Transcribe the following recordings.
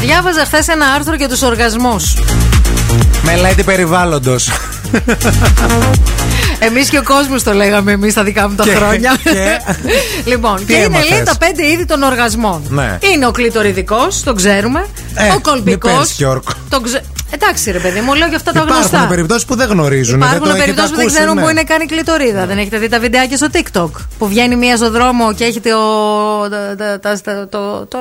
Διάβαζα χθες ένα άρθρο για τους οργασμούς. Μελέτη περιβάλλοντος. Εμείς και ο κόσμος το λέγαμε εμείς τα δικά μου τα Και- χρόνια. και- λοιπόν, Τι και είναι έμαθες? λέει τα πέντε είδη των οργασμών. Ναι. Είναι ο κλητοριδικό, το ξέρουμε. Ε, ο μην κολπικό. παίρνεις και όρκο. Ξε... Εντάξει, ρε παιδί μου, λέω και αυτά τα Υπάρχουν γνωστά. περιπτώσεις που δεν γνωρίζουν. Υπάρχουν δεν το έχετε περιπτώσεις που δεν ακούσει, ξέρουν ναι. που είναι καν η κλειτορίδα. Δεν έχετε δει τα βιντεάκια στο TikTok. Που βγαίνει μία στον δρόμο και έχει το. τα- τα- τα- τα- το. το.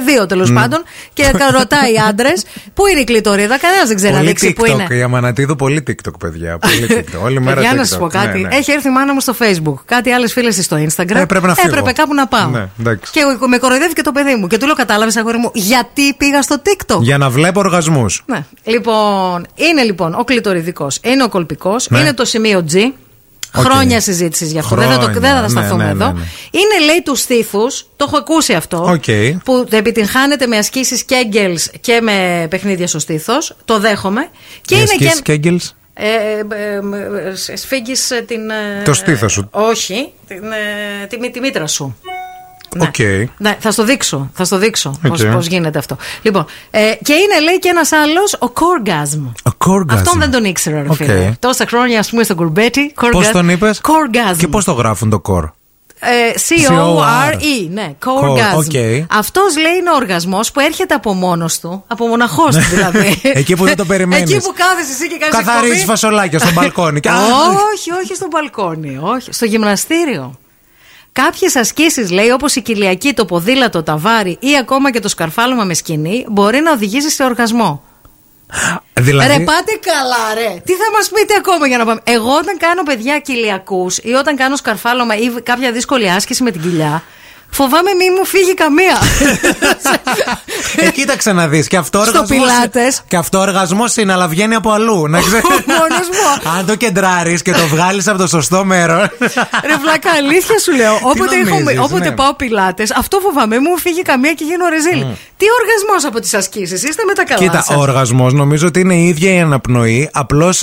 εδίο τέλος Ναι. πάντων. Και ρωτάει άντρες πού είναι η κλειτορίδα. Κανένας δεν ξέρει να Πολύ δείξει πού είναι. TikTok. Η Αμανατίδου πολύ TikTok, παιδιά. Πολύ TikTok. Όλη μέρα Για TikTok. να σας πω κάτι. Ναι, ναι. Έχει έρθει η μάνα μου στο Facebook. Κάτι άλλες φίλες στο Instagram. Ε, πρέπει να φύγω. Έπρεπε κάπου να πάω. Ναι, εντάξει. και με κοροϊδεύει και το παιδί μου. Και του λέω: Κατάλαβες, αγόρι μου, γιατί πήγα στο TikTok. Για να βλέπω οργασμούς. Ναι. Λοιπόν, είναι λοιπόν ο κλειτοριδικό, είναι ο κολπικός, Ναι. είναι το σημείο G. Οκ. Χρόνια συζήτησης για αυτό. δεν θα, το, Χρόνια, δεν θα ναι, σταθούμε ναι, ναι, εδώ. ναι. Είναι λέει τους στήθου, το έχω ακούσει αυτό. Οκ. Που επιτυγχάνεται με ασκήσεις Kegels και με παιχνίδια στο στήθος. Το δέχομαι. Και είναι και. Κέγγελς. Ε, ε, ε, ε, σφίγγεις, ε, την. ε, Το στήθος σου. Όχι, την, ε, τη, μη- τη μήτρα σου. Ναι. Οκ. Ναι, θα στο δείξω. Θα στο δείξω Οκ. πώς, πώς γίνεται αυτό. Λοιπόν, ε, και είναι λέει και ένας άλλος ο κοργκάσμ. Ο κοργκάσμ. Αυτόν δεν τον ήξερα, ρε Οκ. φίλε. Τόσα χρόνια, ας πούμε, στον κουρμπέτι. Πώς τον είπες. Κοργκάσμ. Και πώς το γράφουν το κορ. Ε, C-O-R-E, ναι, Cor- κοργκάσμ. E. οκ. Αυτός λέει είναι ο οργασμός που έρχεται από μόνος του, από μοναχός του δηλαδή. Ναι. Εκεί που δεν το περιμένεις. Εκεί που κάθεσαι εσύ και κάνεις Καθαρίζει εκπομπή. φασολάκια στο μπαλκόνι. Και- Α, όχι, όχι στο μπαλκόνι, όχι. Στο γυμναστήριο. Κάποιες ασκήσεις, λέει, όπως η κοιλιακή, το ποδήλατο, τα βάρη ή ακόμα και το σκαρφάλωμα με σκηνή, μπορεί να οδηγήσει σε οργασμό. Ρε, Δηλαδή. πάτε καλά, ρε. Τι θα μας πείτε ακόμα για να πάμε. Εγώ όταν κάνω παιδιά κοιλιακούς ή όταν κάνω σκαρφάλωμα ή κάποια δύσκολη άσκηση με την κοιλιά, φοβάμαι μη μου φύγει καμία. Ε, κοίταξε να δεις. Και αυτό Στο οργασμός- πιλάτες. Και αυτό οργασμός είναι, αλλά βγαίνει από αλλού. Να ξέρεις. μόνος μου. Αν το κεντράρεις και το βγάλεις από το σωστό μέρος. Ρε βλάκα, αλήθεια σου λέω. Όποτε, έχω- νομίζεις, όποτε ναι. πάω πιλάτες, αυτό φοβάμαι. Μου φύγει καμία και γίνω ρεζίλη. Τι οργασμός από τις ασκήσεις, είστε με τα καλά. Mm. Κοίτα, σας. ο οργασμός νομίζω ότι είναι η ίδια η αναπνοή. Απλώς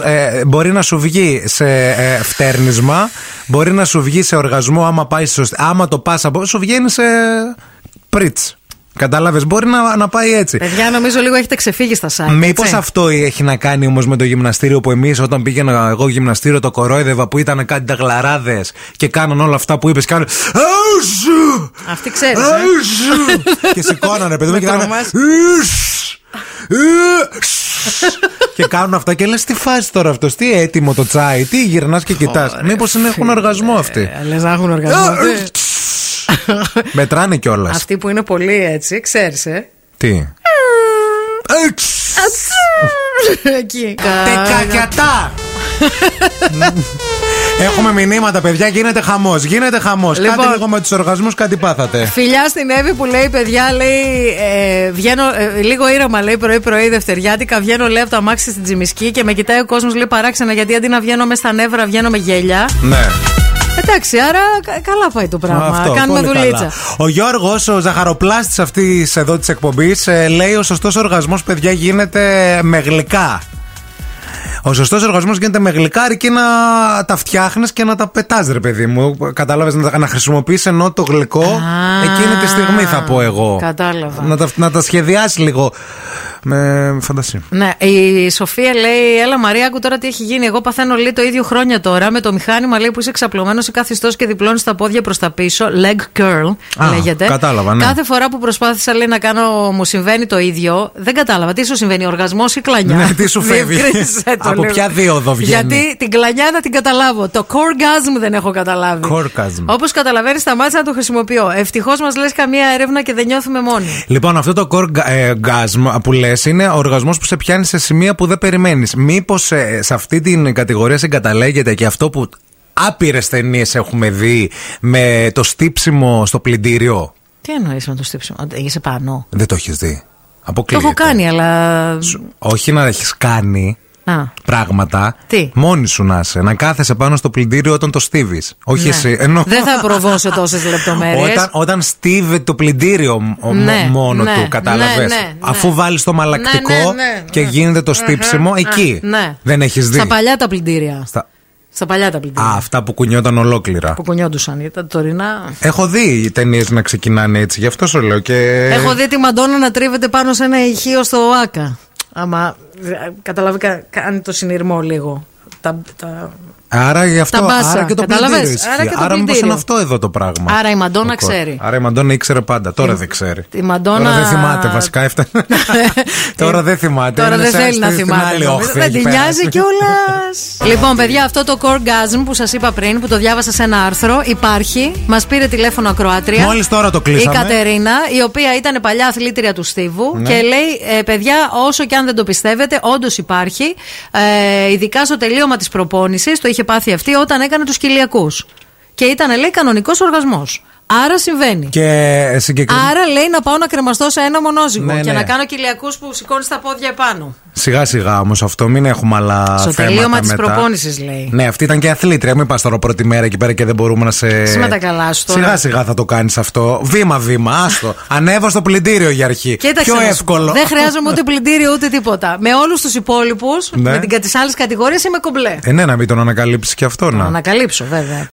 μπορεί να σου βγει σε ε, φτέρνισμα, μπορεί να σου βγει σε οργασμό άμα, πάει σωστά, άμα το πας από. σου βγαίνει σε πριτ. Κατάλαβες, μπορεί να, να πάει έτσι. Παιδιά, νομίζω λίγο έχετε ξεφύγει στα site. Μήπως Ε, έτσι. αυτό έχει να κάνει όμως με το γυμναστήριο που εμείς όταν πήγαινα εγώ γυμναστήριο το κορόιδευα που ήταν κάτι τα γλαράδες και κάναν όλα αυτά που είπες. Κάνουν. «Αουζου! Αυτή ξέρεις, ε. «Αουζου!» και σηκώνανε, παιδί μου, Με και κάνανε. τρομάζει. «Ουσ! Ουσ!» και κάνουν αυτά και λες τι φάση τώρα αυτός, τι έτοιμο το τσάι, τι γυρνάς και κοιτάς. Μήπω έχουν οργασμό αυτοί. Ε, λες να έχουν οργασμό. Ε, τι. Μετράνε κιόλας. Αυτοί που είναι πολύ έτσι, ξέρεις. Ε. Τι. Εκεί. Τεκακιατά! Έχουμε μηνύματα, παιδιά. Γίνεται χαμός. Γίνεται χαμός. Κάτι Λοιπόν. λίγο με τους οργασμούς, κάτι πάθατε. Φιλιά στην Εύη που λέει: Παιδιά, λέει, ε, βγαίνω ε, λίγο ήρωμα, λέει πρωί-πρωί Δευτεριάτικα. Βγαίνω, λέει, από το αμάξι στην Τζιμισκή και με κοιτάει ο κόσμος, λέει παράξενα, γιατί αντί να βγαίνω μες στα νεύρα, βγαίνω με γέλια. Ναι. Εντάξει, άρα κα- καλά πάει το πράγμα. Αυτό, Κάνουμε πολύ δουλίτσα. καλά. Ο Γιώργος, ο ζαχαροπλάστης αυτής εδώ της εκπομπής, λέει: Ο σωστός οργασμός, παιδιά, γίνεται με γλυκά. Ο σωστός οργασμός γίνεται με γλυκά, αρκεί να τα φτιάχνεις και να τα πετάς, ρε παιδί μου. Κατάλαβες να, τα- να χρησιμοποιείς ενώ το γλυκό Α, εκείνη τη στιγμή, θα πω εγώ. κατάλαβα. Να τα, να τα σχεδιάσεις λίγο. Με φαντασία. Ναι, η Σοφία λέει: Έλα, Μαρία, άκου τώρα τι έχει γίνει. Εγώ παθαίνω λέει το ίδιο χρόνια τώρα με το μηχάνημα λέει που είσαι ξαπλωμένος ή καθιστός και διπλώνεις τα πόδια προς τα πίσω. Leg curl Α, λέγεται. κατάλαβα, ναι. Κάθε φορά που προσπάθησα λέει να κάνω, μου συμβαίνει το ίδιο. Δεν κατάλαβα. Τι σου συμβαίνει, οργασμός ή κλανιά. Ναι, τι σου φεύγει. Διευκρίνησέ το, Από λέω. ποια δίωδο βγαίνει. Γιατί την κλανιά να την καταλάβω. Το corgasm δεν έχω καταλάβει. Corgasm. Όπως καταλαβαίνεις, σταμάτησα να το χρησιμοποιώ. Ευτυχώς μας λες καμία έρευνα και δεν νιώθουμε μόνοι. Λοιπόν, αυτό το orgasm που λες είναι ο οργασμός που σε πιάνει σε σημεία που δεν περιμένεις. Μήπως σε αυτή την κατηγορία συγκαταλέγεται και αυτό που άπειρες ταινίες έχουμε δει με το στύψιμο στο πλυντήριο. Τι εννοείς με το στύψιμο. Α, Είσαι πάνω. Δεν το έχεις δει. Το Αποκλείεται. έχω κάνει, αλλά. Όχι να έχεις κάνει Α. πράγματα. Τι? Μόνη σου να είσαι. Να κάθεσαι πάνω στο πλυντήριο όταν το στίβεις. Όχι Ναι. εσύ. Ενώ... Δεν θα προβώσω τόσες λεπτομέρειες. όταν, όταν στίβει το πλυντήριο μ- μ- Ναι, μόνο ναι, του, κατάλαβες. ναι, ναι, ναι. Αφού βάλεις το μαλακτικό Ναι, ναι, ναι, ναι. και γίνεται το στύψιμο εκεί. Ναι. Δεν έχεις δει. Στα παλιά τα πλυντήρια. Στα- Στα παλιά τα πλυντήρια. Α, αυτά που κουνιόταν ολόκληρα. Που κουνιόντουσαν. Ήταν τωρινά. Έχω δει οι ταινίες να ξεκινάνε έτσι, γι' αυτό σου λέω. Και... Έχω δει τη Μαντόνα να τρίβεται πάνω σε ένα ηχείο στο ΟΑΚΑ. Άμα ε, καταλάβει, κα- κάνει το συνειρμό λίγο. Τα, τα... Άρα γι' αυτό. Τα μπάσα, άρα και το καταλαβες, πλυντήριο ισχύει. άρα και το άρα μήπως πλυντήριο. είναι αυτό εδώ το πράγμα. Άρα η Μαντόνα Ο κο- ξέρει. Άρα η Μαντόνα ήξερε πάντα. Τώρα δεν ξέρει. τη Μαντόνα- Τώρα δεν θυμάται βασικά. Έφτανε. Τώρα δεν θυμάται. Τώρα Είναι δεν σαν θέλει στη- να στην άλλη θυμάται. όχθη Δεν εκεί την πέρα. νοιάζει κιόλας. Λοιπόν, παιδιά, αυτό το core gasm που σας είπα πριν, που το διάβασα σε ένα άρθρο, υπάρχει. Μας πήρε τηλέφωνο ακροάτρια. Μόλις τώρα το κλείσαμε. Η Κατερίνα, η οποία ήταν παλιά αθλήτρια του Στίβου και λέει: «Ε, Παιδιά, όσο και αν δεν το πιστεύετε, όντως υπάρχει. Ε, ειδικά στο τελείωμα της προπόνησης, το είχε πάθει αυτή όταν έκανε τους κοιλιακού. Και ήταν, λέει, κανονικός οργασμός. Άρα συμβαίνει. Και συγκεκριμένα. Άρα λέει να πάω να κρεμαστώ σε ένα μονόζυγο Ναι, και ναι. να κάνω κοιλιακού που σηκώνει τα πόδια επάνω. Σιγά σιγά όμως αυτό, μην έχουμε άλλα. Στο θέματα τελείωμα της μετά. προπόνησης, λέει. Ναι, αυτή ήταν και αθλήτρια. Μην πας τώρα πρώτη μέρα εκεί πέρα και δεν μπορούμε να σε. Σήμερα τα καλά σου τώρα. Σιγά σιγά θα το κάνεις αυτό. Βήμα-βήμα, άστο. Ανέβα στο πλυντήριο για αρχή. Κοίταξε Πιο να σου εύκολο. πω, Δεν χρειάζομαι ούτε πλυντήριο ούτε τίποτα. Με όλους τους υπόλοιπους, Ναι. με την, τις άλλες κατηγορίες είμαι κομπλέ. Ε, ναι, να μην τον ανακαλύψεις και αυτό να. Να ανακαλύψω βέβαια.